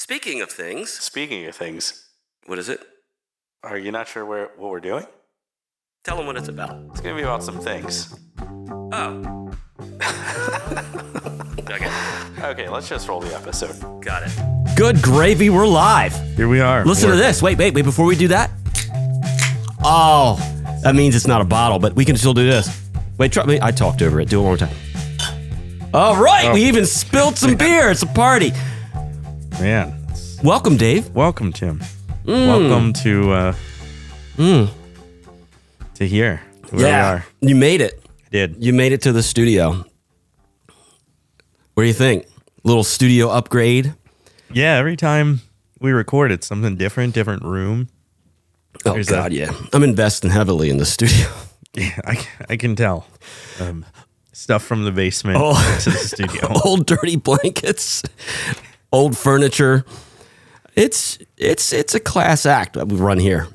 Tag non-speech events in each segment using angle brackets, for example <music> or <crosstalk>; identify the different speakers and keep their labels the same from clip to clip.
Speaker 1: Speaking of things,
Speaker 2: Speaking of things,
Speaker 1: what is it?
Speaker 2: are you not sure where what we're doing?
Speaker 1: Tell them what it's about.
Speaker 2: It's gonna be about some things.
Speaker 1: Oh. okay.
Speaker 2: Okay, let's just roll the episode.
Speaker 1: Got it.
Speaker 3: Good gravy, we're live.
Speaker 4: Here we are.
Speaker 3: Listen
Speaker 4: We're-
Speaker 3: to this. Wait, wait, wait. Before we do that, oh, that means it's not a bottle, but we can still do this. Wait, try, wait I talked over it. Do it one more time. All right,
Speaker 4: Oh.
Speaker 3: we even spilled
Speaker 4: <laughs>
Speaker 3: some beer. It's a party.
Speaker 4: Man.
Speaker 3: Welcome, Dave.
Speaker 4: Welcome, Tim. Welcome to uh to here. Where we are.
Speaker 3: you made it.
Speaker 4: I did.
Speaker 3: You made it to the studio. What do you think? Little studio upgrade.
Speaker 4: Yeah, every time we record it's something different, different room.
Speaker 3: Oh
Speaker 4: There's
Speaker 3: God,
Speaker 4: that.
Speaker 3: yeah. I'm investing heavily in the studio.
Speaker 4: Yeah, I, c- I can tell. Um, stuff from the basement
Speaker 3: Oh.
Speaker 4: <laughs> to the studio.
Speaker 3: <laughs> old dirty blankets, old furniture. It's it's it's a class act that we run here.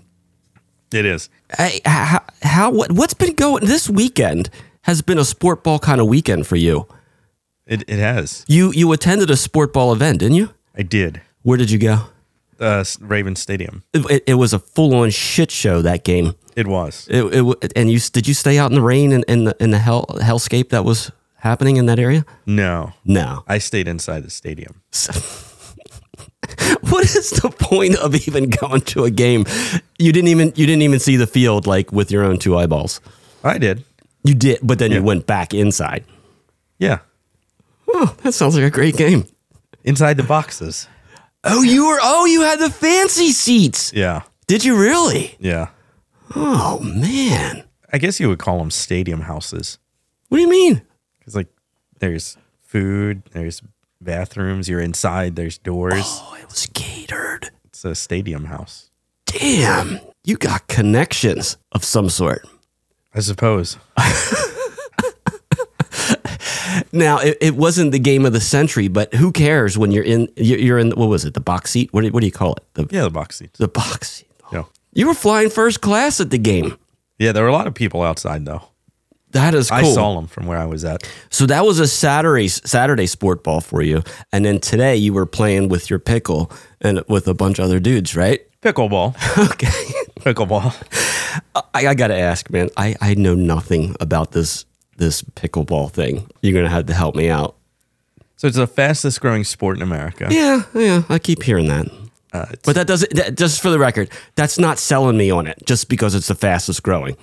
Speaker 4: It is.
Speaker 3: Hey, how, how what what's been going this weekend has been a sport ball kind of weekend for you.
Speaker 4: It it has.
Speaker 3: You you attended a sport ball event, didn't you?
Speaker 4: I did.
Speaker 3: Where did you go?
Speaker 4: Uh S- Raven Stadium.
Speaker 3: It, it, it was a full on shit show that game.
Speaker 4: It was.
Speaker 3: It, it w- and you did you stay out in the rain and in the in the hell hellscape that was happening in that area?
Speaker 4: No.
Speaker 3: No.
Speaker 4: I stayed inside the stadium.
Speaker 3: <laughs> what is the point of even going to a game? You didn't even you didn't even see the field like with your own two eyeballs.
Speaker 4: I did.
Speaker 3: You did, but then
Speaker 4: Yeah.
Speaker 3: you went back inside.
Speaker 4: Yeah.
Speaker 3: Oh, that sounds like a great game.
Speaker 4: Inside the boxes.
Speaker 3: Oh, you were oh, you had the fancy seats.
Speaker 4: Yeah.
Speaker 3: Did you really?
Speaker 4: Yeah.
Speaker 3: Oh man.
Speaker 4: I guess you would call them stadium houses.
Speaker 3: What do you mean?
Speaker 4: Because like there's food, there's bathrooms, you're inside, there's doors.
Speaker 3: Oh, it was catered.
Speaker 4: It's a stadium house.
Speaker 3: Damn. You got connections of some sort.
Speaker 4: I suppose.
Speaker 3: Now, it, it wasn't the game of the century, but who cares when you're in you're you're in what was it? The box seat? What do, what do you call it? The
Speaker 4: Yeah, the box seats.
Speaker 3: the box seat.
Speaker 4: Yeah.
Speaker 3: You were flying first class at the game.
Speaker 4: Yeah, there were a lot of people outside though.
Speaker 3: That is cool.
Speaker 4: I saw them from where I was at.
Speaker 3: So that was a Saturday Saturday sport ball for you, and then today you were playing with your pickle and with a bunch of other dudes, right? <laughs>
Speaker 4: Pickleball.
Speaker 3: Okay.
Speaker 4: <laughs> Pickleball.
Speaker 3: I, I gotta ask, man. I, I know nothing about this this pickleball thing. You're gonna have to help me out.
Speaker 4: So it's the fastest growing sport in America.
Speaker 3: Yeah, yeah. I keep hearing that,
Speaker 4: Uh, it's-
Speaker 3: but that doesn't. That, just for the record, that's not selling me on it. Just because it's the fastest growing.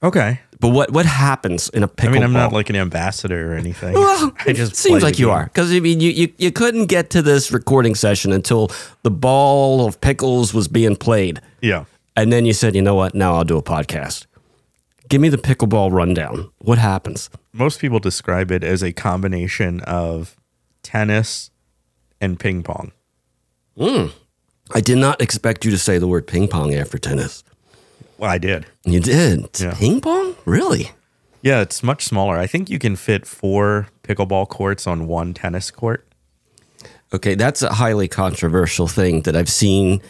Speaker 4: okay.
Speaker 3: But what what happens in a pickleball?
Speaker 4: I mean, I'm not like an ambassador or anything.
Speaker 3: Well,
Speaker 4: I just
Speaker 3: it seems
Speaker 4: play
Speaker 3: like
Speaker 4: the
Speaker 3: you
Speaker 4: game.
Speaker 3: are because I mean, you, you you couldn't get to this recording session until the ball of pickles was being played,
Speaker 4: Yeah.
Speaker 3: and then you said, "You know what? Now I'll do a podcast." Give me the pickleball rundown. What happens?
Speaker 4: Most people describe it as a combination of tennis and ping pong.
Speaker 3: I did not expect you to say the word ping pong after tennis.
Speaker 4: Well, I did.
Speaker 3: You did It's
Speaker 4: Yeah.
Speaker 3: ping pong, really?
Speaker 4: Yeah, it's much smaller. I think you can fit four pickleball courts on one tennis court.
Speaker 3: Okay, that's a highly controversial thing that I've seen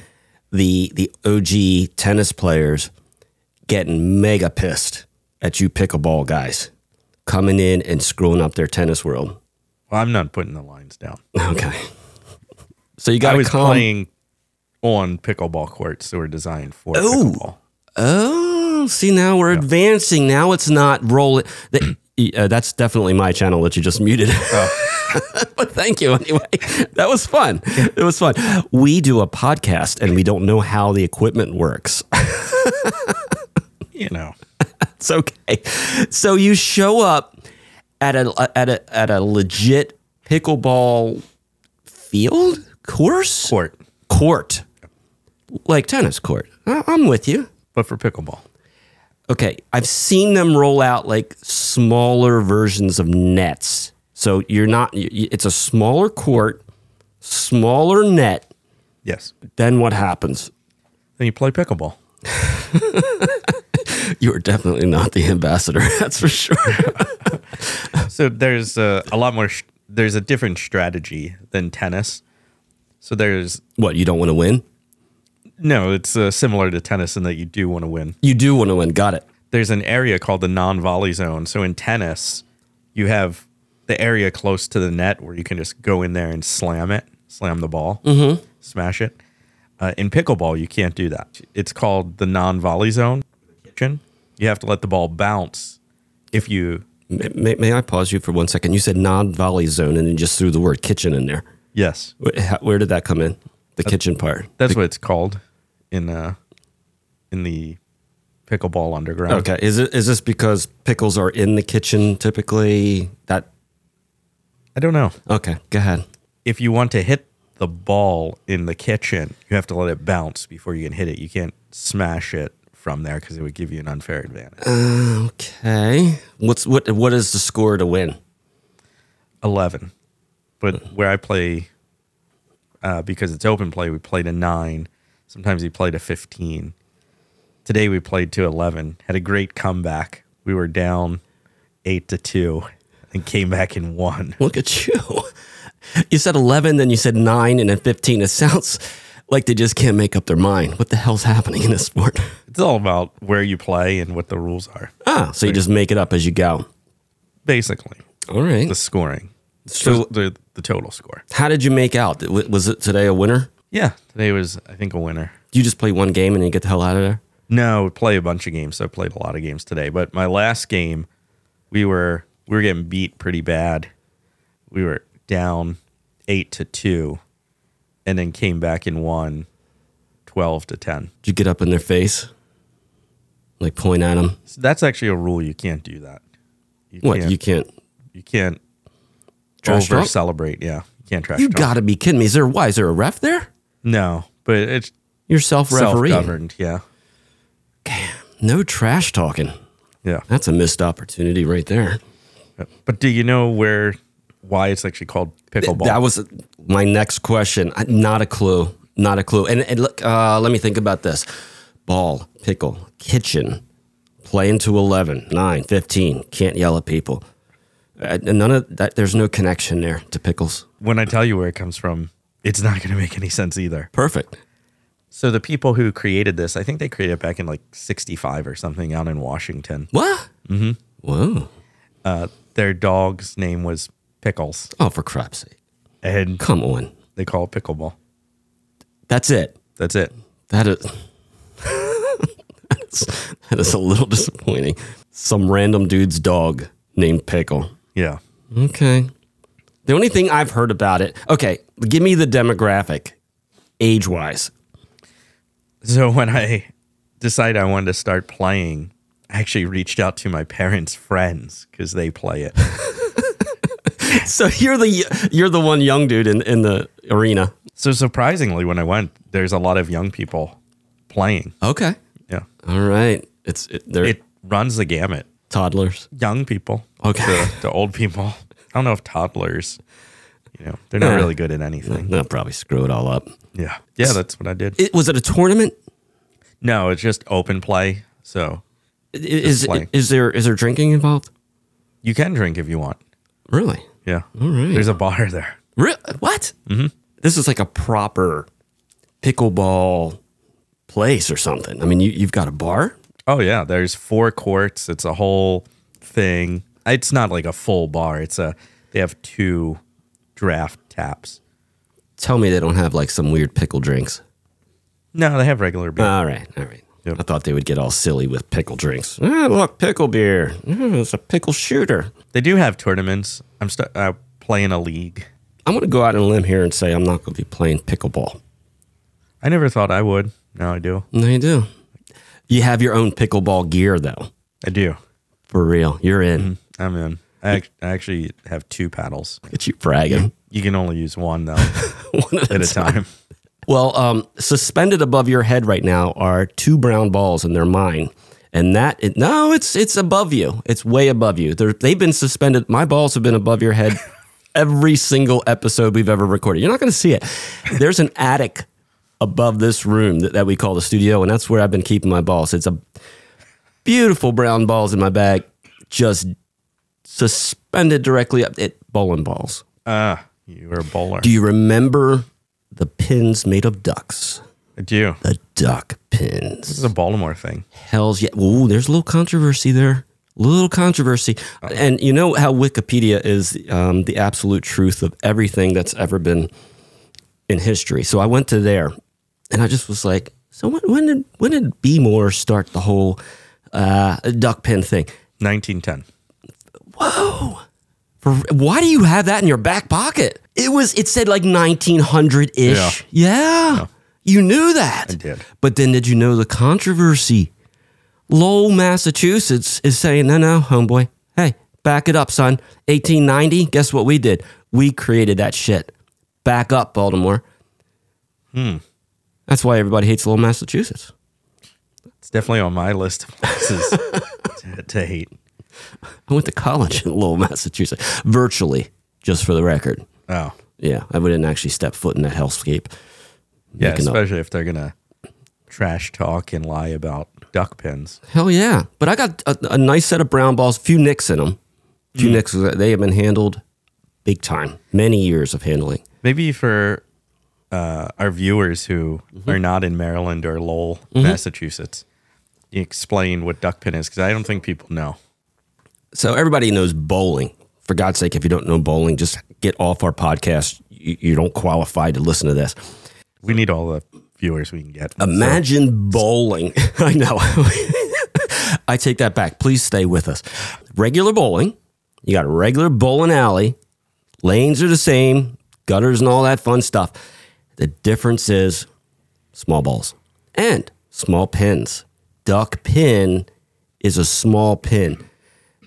Speaker 3: the the OG tennis players getting mega pissed at you pickleball guys coming in and screwing up their tennis world. <laughs>
Speaker 4: Well, I'm not putting the lines down.
Speaker 3: Okay. So you got
Speaker 4: I
Speaker 3: to
Speaker 4: was
Speaker 3: calm.
Speaker 4: playing on pickleball courts that were designed for pickleball.
Speaker 3: Oh, see now we're advancing. Now it's not rolling. <clears throat> Th- uh, that's definitely my channel that you just muted. Oh. <laughs> but thank you anyway. That was fun. It was fun. We do a podcast and we don't know how the equipment works.
Speaker 4: You know,
Speaker 3: It's okay. So you show up at a at a at a legit pickleball field course
Speaker 4: court,
Speaker 3: court, like tennis court. I- I'm with you.
Speaker 4: but for pickleball.
Speaker 3: Okay, I've seen them roll out like smaller versions of nets. So you're not. y- y- It's a smaller court, smaller net.
Speaker 4: Yes.
Speaker 3: Then what happens?
Speaker 4: Then you play pickleball.
Speaker 3: You are definitely not the ambassador. <laughs> That's for sure.
Speaker 4: So there's uh, a lot more, sh- there's a different strategy than tennis. So there's,
Speaker 3: what you don't want to win?
Speaker 4: no, it's uh, similar to tennis in that you do want to win.
Speaker 3: You do want to win. Got it.
Speaker 4: there's an area called the non-volley zone. So in tennis, you have the area close to the net where you can just go in there and slam it. slam the ball,
Speaker 3: Mm-hmm.
Speaker 4: smash it. Uh, in pickleball, you can't do that. It's called the non-volley zone. Kitchen. You have to let the ball bounce. If you
Speaker 3: May- May, may I pause you for one second? You said non-volley zone, and then just threw the word kitchen in there.
Speaker 4: yes,
Speaker 3: Wh- how- Where did that come in? The kitchen part.
Speaker 4: that's what it's called in uh in the pickleball underground.
Speaker 3: Okay. Is it is this because pickles are in the kitchen typically? That
Speaker 4: I don't know.
Speaker 3: okay. Go ahead.
Speaker 4: if you want to hit the ball in the kitchen, you have to let it bounce before you can hit it. You can't smash it from there because it would give you an unfair advantage.
Speaker 3: Okay. What's what? What is the score to win?
Speaker 4: 11. But where I play, uh, because it's open play, we play to nine. Sometimes we play to 15. Today we played to 11. Had a great comeback. We were down eight to two and came back and won.
Speaker 3: Look at you. <laughs> You said eleven, then you said nine, and then fifteen. It sounds like they just can't make up their mind. What the hell's happening in this sport?
Speaker 4: It's all about where you play and what the rules are,
Speaker 3: Ah, so you just make it up as you go.
Speaker 4: basically,
Speaker 3: All right.
Speaker 4: the scoring.
Speaker 3: So
Speaker 4: the the total score.
Speaker 3: how did you make out? W- Was it today a winner?
Speaker 4: Yeah, today was I think a winner.
Speaker 3: You just play one game and then you get the hell out of there.
Speaker 4: No, we play a bunch of games. So I played a lot of games today, but my last game, we were we were getting beat pretty bad. We were down eight to two, and then came back and won twelve to ten.
Speaker 3: Did you get up in their face, like point at them?
Speaker 4: So that's actually a rule. You can't do that. You
Speaker 3: What
Speaker 4: Can't,
Speaker 3: you
Speaker 4: you,
Speaker 3: can't
Speaker 4: can't
Speaker 3: Trash talk?
Speaker 4: over celebrate. Yeah, you can't trash
Speaker 3: You
Speaker 4: talk.
Speaker 3: gotta be kidding me. Is there why is there a ref there?
Speaker 4: no, but it's
Speaker 3: You're self referee.
Speaker 4: self-governed. Yeah,
Speaker 3: No trash talking.
Speaker 4: yeah.
Speaker 3: That's a missed opportunity right there.
Speaker 4: But do you know where why it's actually called pickleball?
Speaker 3: That was my next question. I- Not a clue. Not a clue. And, and look, uh, let me think about this ball, pickle, kitchen, playing to 11, 9, 15. Can't yell at people. Uh, none of that. There's no connection there to pickles.
Speaker 4: when I tell you where it comes from, it's not going to make any sense either.
Speaker 3: Perfect.
Speaker 4: So the people who created this, I think they created it back in like 65 or something out in Washington.
Speaker 3: What? Mm-hmm. Whoa.
Speaker 4: Their dog's name was Pickles
Speaker 3: Oh, for crap's sake.
Speaker 4: and
Speaker 3: Come on.
Speaker 4: they call it pickleball.
Speaker 3: That's it.
Speaker 4: That's it.
Speaker 3: That is, <laughs> That's- that is a little disappointing. Some random dude's dog named Pickle.
Speaker 4: Yeah.
Speaker 3: Okay. The only thing I've heard about it, okay, give me the demographic, age wise.
Speaker 4: So when I decided I wanted to start playing, I actually reached out to my parents' friends because they play it.
Speaker 3: <laughs> So you're the you're the one young dude in, in the arena.
Speaker 4: so surprisingly, when I went, there's a lot of young people playing.
Speaker 3: Okay.
Speaker 4: Yeah.
Speaker 3: All right. It's it, they're
Speaker 4: It runs the gamut.
Speaker 3: toddlers.
Speaker 4: young people
Speaker 3: Okay.
Speaker 4: to, to old people. I don't know if toddlers, you know, they're not
Speaker 3: Yeah.
Speaker 4: really good at anything.
Speaker 3: They'll probably screw it all up.
Speaker 4: Yeah. Yeah, that's what I did.
Speaker 3: It, was it a tournament?
Speaker 4: No, it's just open play. So
Speaker 3: I- Is,
Speaker 4: playing.
Speaker 3: is there is there drinking involved?
Speaker 4: you can drink if you want.
Speaker 3: Really?
Speaker 4: Yeah. All right. There's a bar there.
Speaker 3: Re- what? Mm-hmm. This is like a proper pickleball place or something. I mean, you, you've got a bar.
Speaker 4: Oh, yeah. There's four courts. It's a whole thing. It's not like a full bar. It's a, they have two draft taps.
Speaker 3: Tell me they don't have like some weird pickle drinks.
Speaker 4: No, they have regular beer.
Speaker 3: All right, all right.
Speaker 4: Yep.
Speaker 3: I thought they would get all silly with pickle drinks. Ah, look, pickle beer. Ah, it's a pickle shooter.
Speaker 4: they do have tournaments. I'm st- uh, playing a league.
Speaker 3: I'm going to go out on a limb here and say I'm not going to be playing pickleball.
Speaker 4: I never thought I would. Now I do.
Speaker 3: No, you do. You have your own pickleball gear, though.
Speaker 4: I do.
Speaker 3: For real. You're in.
Speaker 4: I'm in. I, ac- I actually have two paddles.
Speaker 3: Look at you bragging. <laughs>
Speaker 4: You can only use one though at
Speaker 3: One at
Speaker 4: a time.
Speaker 3: Well, um, suspended above your head right now are two brown balls, and they're mine. And that it, no, it's it's above you. It's way above you. They're, they've been suspended. My balls have been above your head every single episode we've ever recorded. You're not going to see it. There's an attic above this room that, that we call the studio, and that's where I've been keeping my balls. It's a beautiful brown balls in my bag, just suspended directly up. It bowling balls.
Speaker 4: Uh, you are a bowler.
Speaker 3: Do you remember the pins made of ducks?
Speaker 4: I do.
Speaker 3: the duck
Speaker 4: This
Speaker 3: pins.
Speaker 4: is a Baltimore thing.
Speaker 3: Hell's yeah. Ooh, there's a little controversy there. Little controversy. And you know how Wikipedia is um, the absolute truth of everything that's ever been in history. So I went to there, and I just was like, so when, when did when did B Moore start the whole uh, duck pin thing?
Speaker 4: 1910.
Speaker 3: For, why do you have that in your back pocket? It was it said like 1900 ish. Yeah. You knew that. I
Speaker 4: did.
Speaker 3: But then did you know the controversy? Lowell, Massachusetts is saying, no, no, homeboy. Hey, back it up, son. 1890, guess what we did? We created that shit. Back up, Baltimore. Hmm. That's why everybody hates Lowell, Massachusetts.
Speaker 4: It's definitely on my list of
Speaker 3: <laughs>
Speaker 4: places to, to hate.
Speaker 3: I went to college in Lowell, Massachusetts, virtually, just for the record.
Speaker 4: Oh,
Speaker 3: Yeah, I wouldn't actually step foot in that hellscape.
Speaker 4: yeah,
Speaker 3: Making up-
Speaker 4: especially if they're gonna trash talk and lie about duck pins.
Speaker 3: Hell yeah! But I got a, a nice set of brown balls, few nicks in them. Few nicks. They have been handled big time. Many years of handling.
Speaker 4: Maybe for uh, our viewers who
Speaker 3: Mm-hmm.
Speaker 4: are not in Maryland or Lowell, Massachusetts, you explain what duck pin is because I don't think people know.
Speaker 3: So everybody knows bowling. For God's sake, if you don't know bowling, just get off our podcast. You, you don't qualify to listen to this.
Speaker 4: We need all the viewers we can get. So,
Speaker 3: Imagine bowling. <laughs> I know. I take that back. Please stay with us. Regular bowling. You got a regular bowling alley. Lanes are the same, gutters and all that fun stuff. The difference is small balls and small pins. Duck pin is a small pin.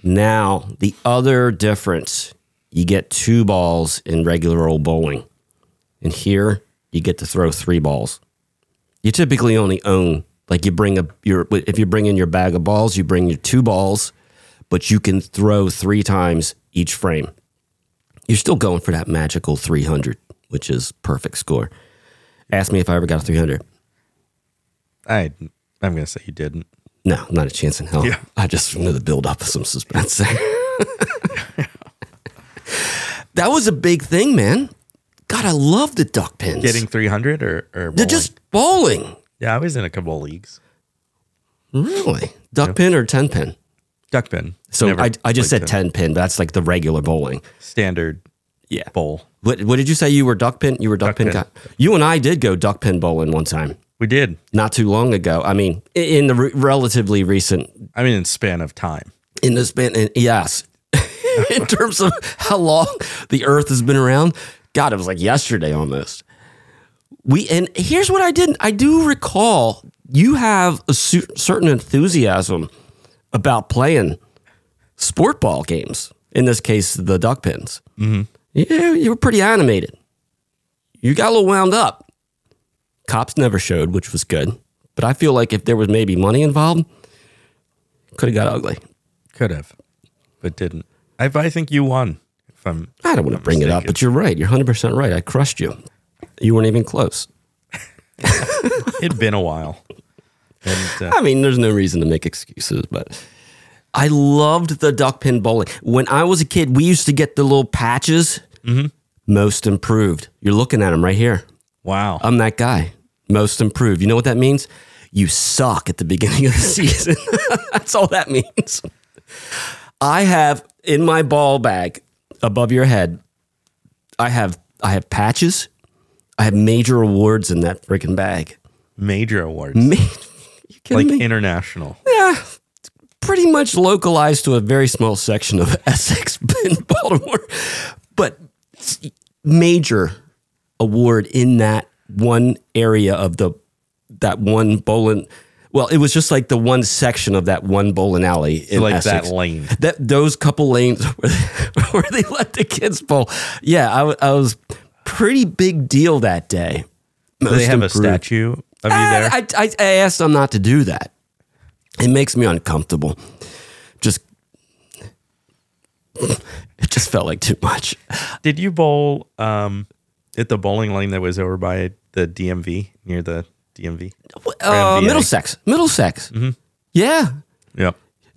Speaker 3: Now, the other difference, you get two balls in regular old bowling. And here, you get to throw three balls you typically only own like you bring a your if you bring in your bag of balls, you bring your two balls, but you can throw three times each frame. You're still going for that magical 300, which is perfect score. Ask me if I ever got a 300.
Speaker 4: I I'm gonna say you didn't.
Speaker 3: No, not a chance in hell.
Speaker 4: Yeah.
Speaker 3: I just wanted to build up some suspense. <laughs> that was a big thing, man. God, I love the duck pins.
Speaker 4: Getting 300 or, or
Speaker 3: They're
Speaker 4: bowling?
Speaker 3: just bowling.
Speaker 4: yeah. I was in a couple leagues.
Speaker 3: Really? Duck pin or 10 pin?
Speaker 4: Duck pin.
Speaker 3: So
Speaker 4: Never
Speaker 3: I, I just
Speaker 4: played
Speaker 3: said 10 pin, but that's like the regular bowling.
Speaker 4: standard
Speaker 3: Yeah.
Speaker 4: bowl.
Speaker 3: What, what did you say you were duck pin? You were duck,
Speaker 4: Duck
Speaker 3: pin,
Speaker 4: pin.
Speaker 3: guy. You and I did go duck pin bowling one time
Speaker 4: We did.
Speaker 3: not too long ago. I mean, i- in the re- relatively recent,
Speaker 4: I mean, in span of time.
Speaker 3: in the span, in, yes, <laughs> in terms of how long the earth has been around. God, it was like yesterday almost. We, and here's what I did. I do recall you have a su- certain enthusiasm about playing sport ball games. In this case, the duck pins. Yeah, you were pretty animated. You got a little wound up. Cops never showed, which was good. But I feel like if there was maybe money involved, could have got ugly.
Speaker 4: Could have, but didn't. I, I think you won. If I'm,
Speaker 3: I don't want to bring it up, but you're right. You're 100% right. I crushed you. You weren't even close.
Speaker 4: it'd been a
Speaker 3: <laughs>
Speaker 4: while. And uh,
Speaker 3: I mean, there's no reason to make excuses, but I loved the duck pin bowling. When I was a kid, we used to get the little patches. Most improved. You're looking at them right here.
Speaker 4: wow,
Speaker 3: I'm that guy. Most improved. You know what that means? You suck at the beginning of the <laughs> season. That's all that means. I have in my ball bag above your head, I have I have patches. I have major awards in that freaking bag. <laughs>
Speaker 4: major awards
Speaker 3: Ma- you
Speaker 4: like
Speaker 3: kidding me?
Speaker 4: international.
Speaker 3: Mm-hmm. yeah. Pretty much localized to a very small section of <laughs> Essex in Baltimore, but s- major award in that one area of the that one bowling. Well, it was just like the one section of that one bowling alley in
Speaker 4: like
Speaker 3: Essex.
Speaker 4: that lane.
Speaker 3: That those couple lanes <laughs> where they, where they let the kids bowl. Yeah, I, wa- I was pretty big deal that day.
Speaker 4: They have a
Speaker 3: improved.
Speaker 4: statue of you there.
Speaker 3: Uh, I, I, I asked them not to do that. It makes me uncomfortable. Just, <laughs> it just felt like too much.
Speaker 4: Did you bowl um, at the bowling lane that was over by the DMV near the DMV?
Speaker 3: Uh,
Speaker 4: VA.
Speaker 3: Middlesex, Middlesex. Yeah,
Speaker 4: Yep.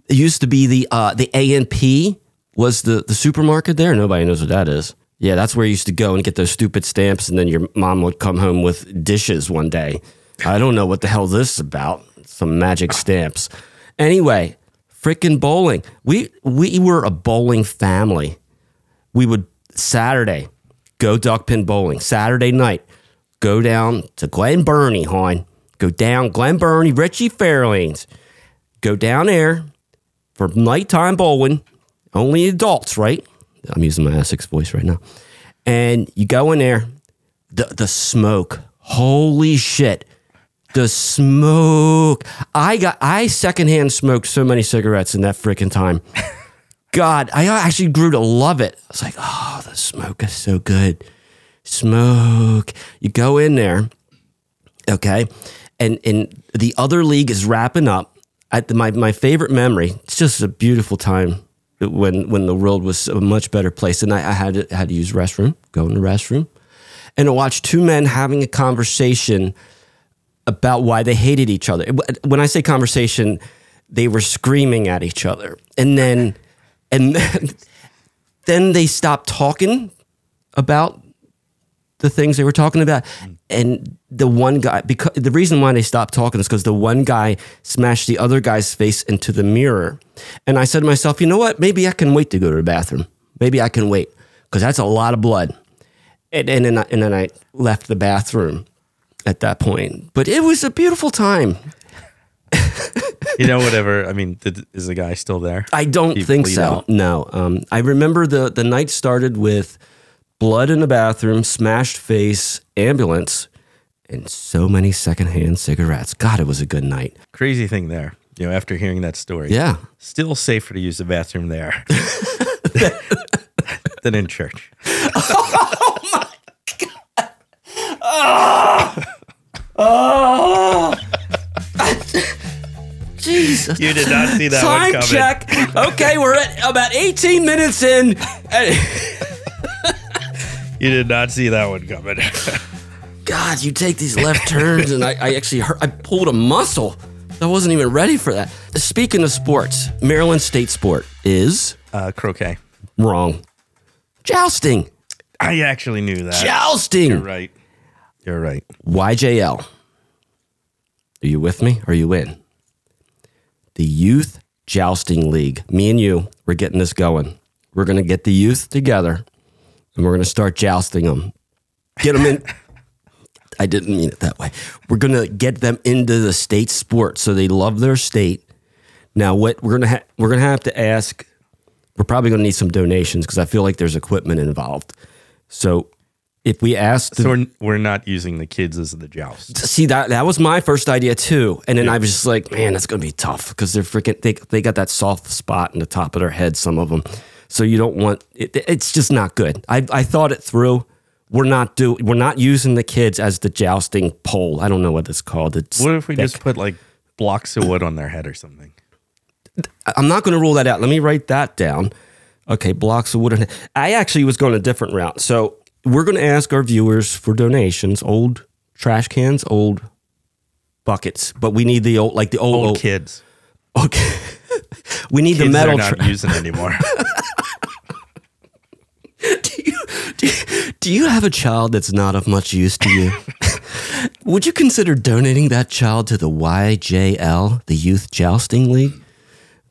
Speaker 3: it used to be the uh, the A and P was the the supermarket there. Nobody knows what that is. Yeah, that's where you used to go and get those stupid stamps, and then your mom would come home with dishes one day. I don't know what the hell this is about. Some magic stamps. Anyway, freaking bowling. We we were a bowling family. We would Saturday go duck pin bowling. Saturday night, go down to Glen Burnie, hon. Go down Glen Burnie, Richie Fairlanes. Go down there for nighttime bowling. Only adults, right? I'm using my Essex voice right now. And you go in there, the the smoke. Holy shit. The smoke. I got I secondhand smoked so many cigarettes in that freaking time. <laughs> God, I actually grew to love it. I was like, oh, the smoke is so good. Smoke. You go in there, okay, and and the other league is wrapping up. At the, my my favorite memory. It's just a beautiful time when when the world was a much better place. And I, I had to, had to use restroom, go in the restroom, and to watch two men having a conversation about why they hated each other. When I say conversation, they were screaming at each other, and then and <laughs> then, then they stopped talking about the things they were talking about. And the one guy, because the reason why they stopped talking is because the one guy smashed the other guy's face into the mirror. And I said to myself, you know what? Maybe I can wait to go to the bathroom. Maybe I can wait because that's a lot of blood. And, and, then I, and then I left the bathroom at that point. But it was a beautiful time.
Speaker 4: You know, whatever. I mean, th- is the guy still there?
Speaker 3: I don't
Speaker 4: He
Speaker 3: think
Speaker 4: bleed
Speaker 3: so.
Speaker 4: out?
Speaker 3: No. Um, I remember the the night started with blood in the bathroom, smashed face, ambulance, and so many secondhand cigarettes. God, it was a good night.
Speaker 4: Crazy thing there. You know, after hearing that story,
Speaker 3: Yeah.
Speaker 4: still safer to use the
Speaker 3: <laughs>
Speaker 4: bathroom there than in church.
Speaker 3: Jesus.
Speaker 4: You did not see <laughs> that
Speaker 3: Time check. Okay, we're at about 18 minutes in.
Speaker 4: You did not see that one coming.
Speaker 3: God, you take these left turns, and I, I actually hurt, I pulled a muscle. I wasn't even ready for that. Speaking of sports, Maryland State sport is
Speaker 4: <laughs> uh, croquet.
Speaker 3: wrong. Jousting.
Speaker 4: I actually knew that.
Speaker 3: Jousting.
Speaker 4: You're right. You're right.
Speaker 3: YJL. Are you with me? Are you in? The Youth Jousting League. Me and you, we're getting this going. We're going to get the youth together and we're going to start jousting them. Get them in. <laughs> I didn't mean it that way. We're going to get them into the state sport so they love their state. Now, what we're going to ha- we're going to have to ask we're probably going to need some donations because I feel like there's equipment involved. So, if we ask the
Speaker 4: So we're, we're not using the kids as the joust.
Speaker 3: see that that was my first idea too and then i was just like man that's gonna be tough because they're freaking they, they got that soft spot in the top of their head some of them so you don't want it, it's just not good I, I thought it through we're not do we're not using the kids as the jousting pole i don't know what it's called it's
Speaker 4: What if we just put like blocks of wood on their head or something?
Speaker 3: I'm not going to rule that out. Let me write that down. Okay, blocks of wood. and- I actually was going a different route. So we're going to ask our viewers for donations, old trash cans, old buckets, but we need the old, like the old,
Speaker 4: Old
Speaker 3: old
Speaker 4: kids.
Speaker 3: Okay. <laughs> we need the
Speaker 4: Kids
Speaker 3: metal.
Speaker 4: they're not
Speaker 3: tra-
Speaker 4: using
Speaker 3: <laughs>
Speaker 4: anymore.
Speaker 3: do, you, do, you, do you have a child that's not of much use to you? <laughs> Would you consider donating that child to the YJL, the Youth Jousting League?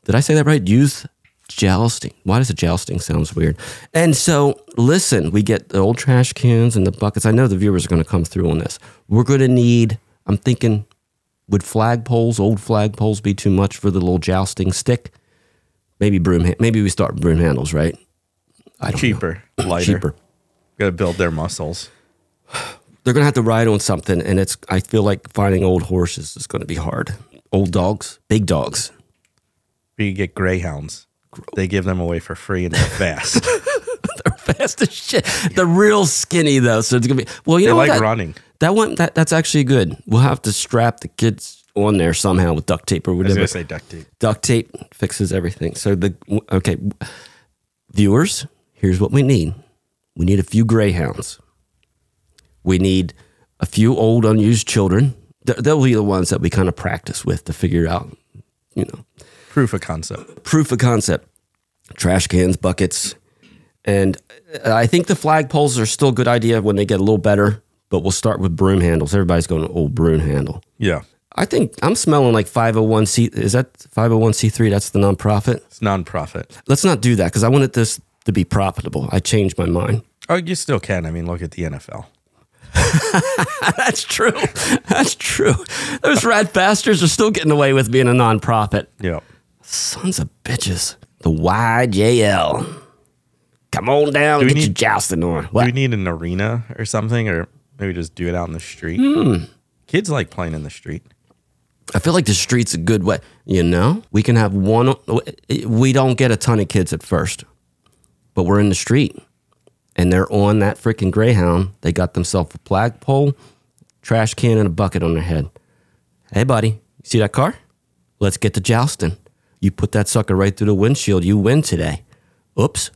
Speaker 3: Did I say that right? Youth jousting. Why does the jousting sounds weird? And so, listen, we get the old trash cans and the buckets. I know the viewers are going to come through on this. We're going to need. I'm thinking, would flagpoles, old flagpoles, be too much for the little jousting stick? Maybe broom. ha- Maybe we start broom handles, right? I don't know.
Speaker 4: Cheaper, lighter.
Speaker 3: Cheaper.
Speaker 4: Got to build their muscles.
Speaker 3: They're gonna have to ride on something, and it's. I feel like finding old horses is gonna be hard. Old dogs, big <laughs> dogs.
Speaker 4: We could get greyhounds. They give them away for free and they're <laughs> fast.
Speaker 3: fast as shit. They're real skinny though, so it's gonna be. Well, you
Speaker 4: they
Speaker 3: know what,
Speaker 4: like
Speaker 3: that,
Speaker 4: running.
Speaker 3: That one, that, that's actually good. We'll have to strap the kids on there somehow with duct tape or
Speaker 4: I was
Speaker 3: whatever.
Speaker 4: gonna say duct tape.
Speaker 3: Duct tape fixes everything. So the okay, viewers, here's what we need. We need a few greyhounds. We need a few old unused children. Th- They'll be the ones that we kind of practice with to figure out, you know,
Speaker 4: Proof of concept.
Speaker 3: proof of concept trash cans buckets and uh, i think the flagpoles are still a good idea when they get a little better but we'll start with broom handles everybody's going to old broom handle
Speaker 4: Yeah.
Speaker 3: i think i'm smelling like 501c is that 501c3 that's the nonprofit
Speaker 4: It's nonprofit.
Speaker 3: let's not do that because i wanted this to be profitable i changed my mind <laughs>
Speaker 4: Oh, you still can. I mean, look at the NFL.
Speaker 3: That's true. <laughs> That's true. Those rat bastards are still getting away with being a nonprofit.
Speaker 4: Yep.
Speaker 3: Sons of bitches. The YJL. Come on down,
Speaker 4: we
Speaker 3: get your
Speaker 4: need-
Speaker 3: jousting on.
Speaker 4: Do
Speaker 3: What?
Speaker 4: we need an arena or something, or maybe just do it out in the street? Kids like playing in the street.
Speaker 3: I feel like the street's a good way. You know, we can have one. We don't get a ton of kids at first, but we're in the street, and they're on that freaking Greyhound. They got themselves a flagpole, trash can, and a bucket on their head. Hey, buddy, you see that car? Let's get to jousting. You put that sucker right through the windshield. You win today. Oops,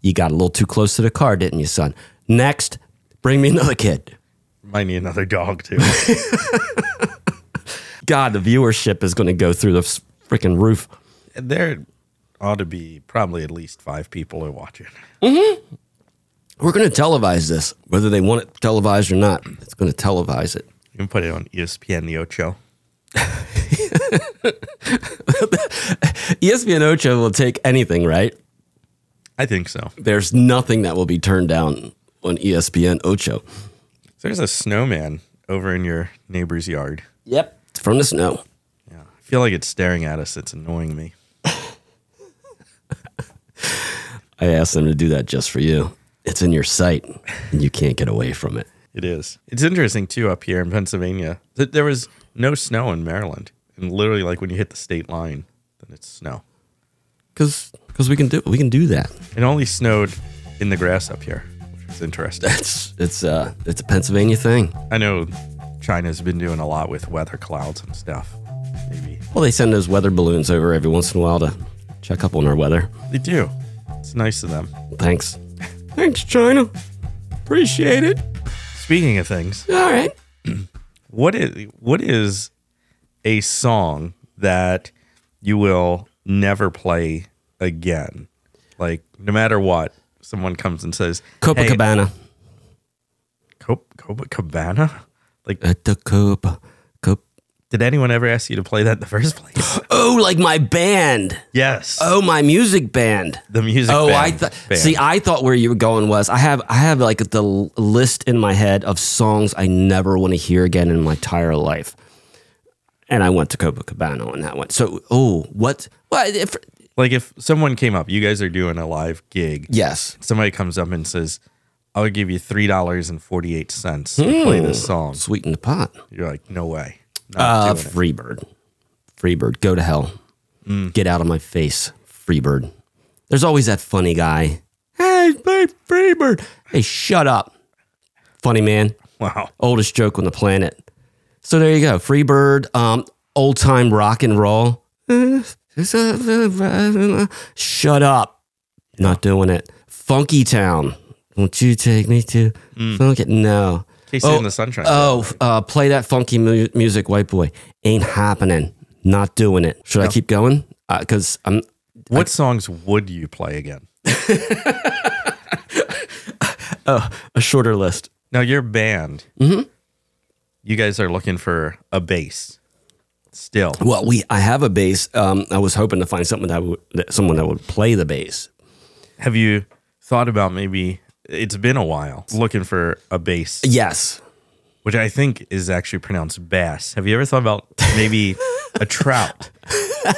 Speaker 3: you got a little too close to the car, didn't you, son? Next, bring me another kid.
Speaker 4: Might need another dog too.
Speaker 3: God, the viewership is going to go through the freaking roof.
Speaker 4: <laughs> there ought to be probably at least five people who watch it.
Speaker 3: We're going to televise this, whether they want it televised or not. It's going to televise it.
Speaker 4: You can put it on E ESPN the Ocho.
Speaker 3: ESPN Ocho will take anything, right?
Speaker 4: I think so.
Speaker 3: There's nothing that will be turned down on E ESPN Ocho.
Speaker 4: There's a snowman over in your neighbor's yard.
Speaker 3: Yep. It's from the snow.
Speaker 4: Yeah. I feel like it's staring at us. It's annoying me.
Speaker 3: I asked them to do that just for you. It's in your sight, and you can't get away from it.
Speaker 4: It is. It's interesting too up here in Pennsylvania. Th- There was no snow in Maryland, and literally, like when you hit the state line, then it's snow.
Speaker 3: Because we can do we can do that.
Speaker 4: It only snowed in the grass up here, which was interesting.
Speaker 3: It's it's uh it's a Pennsylvania thing.
Speaker 4: I know China's been doing a lot with weather clouds and stuff. Maybe
Speaker 3: Well, they send those weather balloons over every once in a while to check up on our weather.
Speaker 4: they do. It's nice of them.
Speaker 3: Thanks. Thanks, China. Appreciate it.
Speaker 4: Speaking of things,
Speaker 3: All right.
Speaker 4: what is what is a song that you will never play again? Like no matter what, someone comes and says "Hey,
Speaker 3: Copacabana.
Speaker 4: Cop- Copacabana? Like,
Speaker 3: At the Copa. Cop-
Speaker 4: did anyone ever ask you to play that in
Speaker 3: <gasps>
Speaker 4: the first place?
Speaker 3: oh, like my band.
Speaker 4: yes.
Speaker 3: Oh, my music band.
Speaker 4: the music.
Speaker 3: Oh,
Speaker 4: band,
Speaker 3: I thought.
Speaker 4: band.
Speaker 3: See, I thought where you were going was I have I have like the l- list in my head of songs I never want to hear again in my entire life, and I went to Copacabana on that one. So, oh, what? What? If,
Speaker 4: like if someone came up, you guys are doing a live gig.
Speaker 3: yes,
Speaker 4: Somebody comes up and says, "I'll give you three dollars and forty eight cents to play
Speaker 3: Hmm.
Speaker 4: this song."
Speaker 3: sweeten the pot.
Speaker 4: You're like, "No way." Not
Speaker 3: Uh,
Speaker 4: doing it.
Speaker 3: Freebird. Freebird, go to hell. Get out of my face, Freebird. There's always that funny guy. Hey, hey, Freebird. Hey, shut up. Funny man.
Speaker 4: Wow.
Speaker 3: Oldest joke on the planet. So there you go. Freebird, um, old time rock and roll. Shut up. Not doing it. Funky Town. Won't you take me to Funky? No.
Speaker 4: Casey
Speaker 3: Oh,
Speaker 4: and the Sunshine.
Speaker 3: Oh, f- uh, play that funky mu- music, white boy. Ain't happening. Not doing it. Should I keep going? Because I'm.
Speaker 4: what songs would you play again?
Speaker 3: Oh, a shorter list.
Speaker 4: Now your band.
Speaker 3: Mm-hmm.
Speaker 4: You guys are looking for a bass. Still,
Speaker 3: Well, we I have a bass. Um, I was hoping to find something that, would, that someone that would play the bass.
Speaker 4: Have you thought about maybe it's been a while looking for a bass,
Speaker 3: Yes.
Speaker 4: which I think is actually pronounced bass? Have you ever thought about maybe
Speaker 3: <laughs>
Speaker 4: a trout or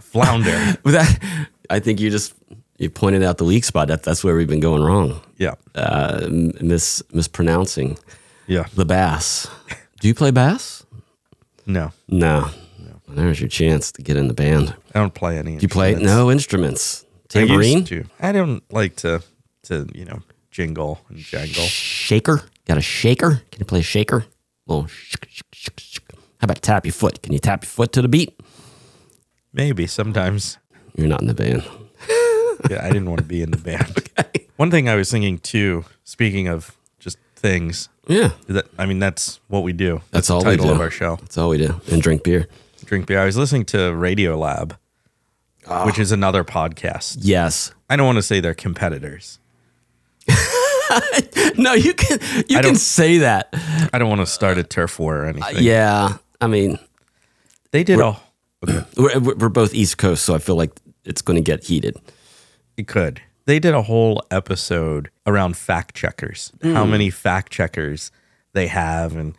Speaker 4: flounder?
Speaker 3: But that <laughs> I think you just you pointed out the weak spot. That that's where we've been going wrong. <laughs>
Speaker 4: Yeah,
Speaker 3: Uh, m- mis mispronouncing
Speaker 4: yeah,
Speaker 3: the bass. Do you play bass?
Speaker 4: no,
Speaker 3: No. Well, there's your chance to get in the band.
Speaker 4: I don't play any.
Speaker 3: You play no instruments.
Speaker 4: I,
Speaker 3: Tambourine.
Speaker 4: used to. I don't like to to you know jingle and jangle.
Speaker 3: shaker. Got a shaker? Can you play a shaker? Little shk, shk, shk, shk. How about tap your foot? Can you tap your foot to the beat?
Speaker 4: Maybe sometimes.
Speaker 3: You're not in the band.
Speaker 4: Yeah, I didn't want to be in the band.
Speaker 3: <laughs>
Speaker 4: One thing I was thinking too. Speaking of just things,
Speaker 3: Yeah,
Speaker 4: is that I mean that's what we do.
Speaker 3: That's
Speaker 4: the
Speaker 3: all we
Speaker 4: title
Speaker 3: do.
Speaker 4: of our show.
Speaker 3: that's all we do. And drink beer.
Speaker 4: drink beer. I was listening to Radio Lab, which is another podcast.
Speaker 3: Yes. <laughs>
Speaker 4: I don't want to say they're competitors.
Speaker 3: No, you can you
Speaker 4: don't-
Speaker 3: can say that.
Speaker 4: I don't want to start a turf war or anything.
Speaker 3: Uh, Yeah. I mean,
Speaker 4: They did <clears throat> all
Speaker 3: we're, we're both East Coast, so I feel like it's going to get heated.
Speaker 4: it could. They did a whole episode around fact checkers, how many fact checkers they have, and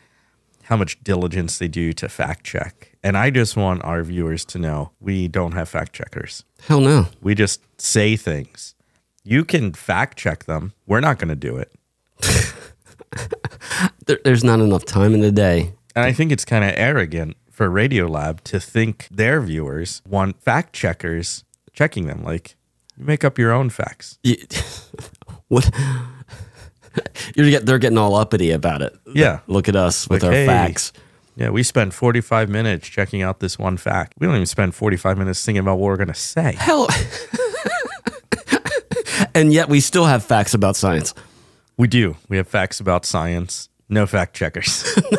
Speaker 4: how much diligence they do to fact check. And I just want our viewers to know we don't have fact checkers.
Speaker 3: Hell no.
Speaker 4: We just say things. You can fact check them. We're not going to do it.
Speaker 3: There, there's not enough time in the day.
Speaker 4: And I think it's kind of arrogant for Radiolab to think their viewers want fact checkers checking them. Like, you make up your own facts.
Speaker 3: You, <laughs> what? <laughs> You're get, they're getting all uppity about it.
Speaker 4: Yeah.
Speaker 3: Look at us with
Speaker 4: Like,
Speaker 3: our
Speaker 4: hey.
Speaker 3: facts.
Speaker 4: Yeah. We spent 45 minutes checking out this one fact. We don't even spend 45 minutes thinking about what we're going to say.
Speaker 3: Hell. and yet we still have facts about science.
Speaker 4: We do. We have facts about science, no fact checkers. <laughs>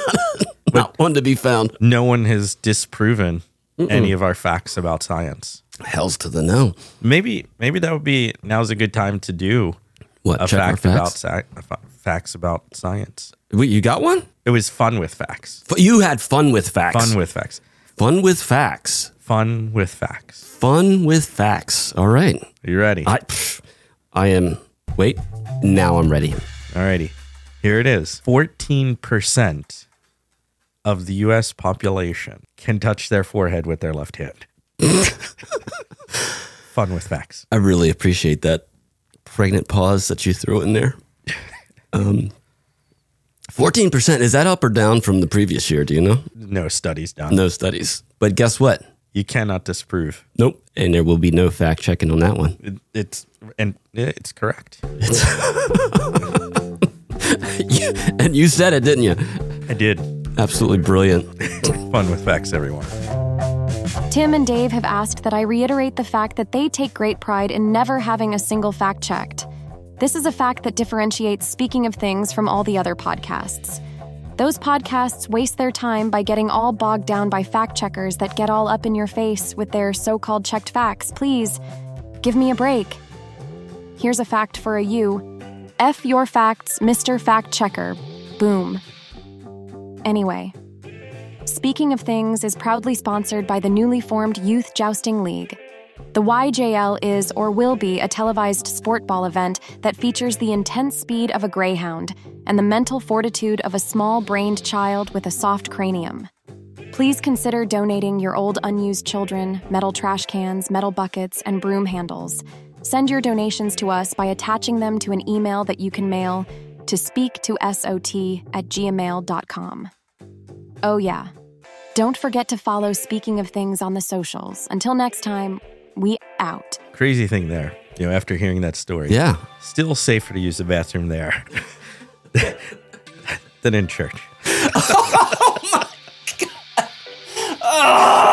Speaker 3: Not one to be found.
Speaker 4: no one has disproven any of our facts about science.
Speaker 3: Hell's to the no.
Speaker 4: Maybe, maybe that would be now's a good time to do
Speaker 3: What?
Speaker 4: a
Speaker 3: check our
Speaker 4: fact about sci- a fa- facts about science.
Speaker 3: Wait, you got one?
Speaker 4: It was fun with facts.
Speaker 3: F- You had fun with facts.
Speaker 4: Fun with facts.
Speaker 3: Fun with facts.
Speaker 4: Fun with facts.
Speaker 3: Fun with facts. All right.
Speaker 4: Are you ready?
Speaker 3: I, pff, I am. Wait. Now I'm ready.
Speaker 4: Alrighty. Here it is. 14% of the US population can touch their forehead with their
Speaker 3: <laughs>
Speaker 4: left hand. Fun with facts.
Speaker 3: I really appreciate that pregnant pause that you threw in
Speaker 4: <laughs>
Speaker 3: there. Um, Fourteen percent is that up or down from the previous year? Do you know?
Speaker 4: No studies done.
Speaker 3: No studies, but guess what?
Speaker 4: You cannot disprove.
Speaker 3: Nope. And there will be no fact checking on that one.
Speaker 4: It, it's and it's correct.
Speaker 3: and you said it, didn't you?
Speaker 4: I did.
Speaker 3: Absolutely brilliant.
Speaker 4: Fun with facts, everyone.
Speaker 5: Tim and Dave have asked that I reiterate the fact that they take great pride in never having a single fact checked. This is a fact that differentiates Speaking of Things from all the other podcasts. Those podcasts waste their time by getting all bogged down by fact checkers that get all up in your face with their so called checked facts. Please, give me a break. Here's a fact for a you F your facts, Mr. Fact Checker. Boom. Anyway. Speaking of Things is proudly sponsored by the newly formed Youth Jousting League. The YJL is or will be a televised sport ball event that features the intense speed of a greyhound and the mental fortitude of a small brained child with a soft cranium. Please consider donating your old unused children, metal trash cans, metal buckets, and broom handles. Send your donations to us by attaching them to an email that you can mail to speaktosot at gmail.com. Oh, yeah. Don't forget to follow Speaking of Things on the socials. Until next time, we out.
Speaker 4: Crazy thing there. You know, after hearing that story.
Speaker 3: Yeah.
Speaker 4: Still safer to use the bathroom there <laughs> than in church.
Speaker 3: Oh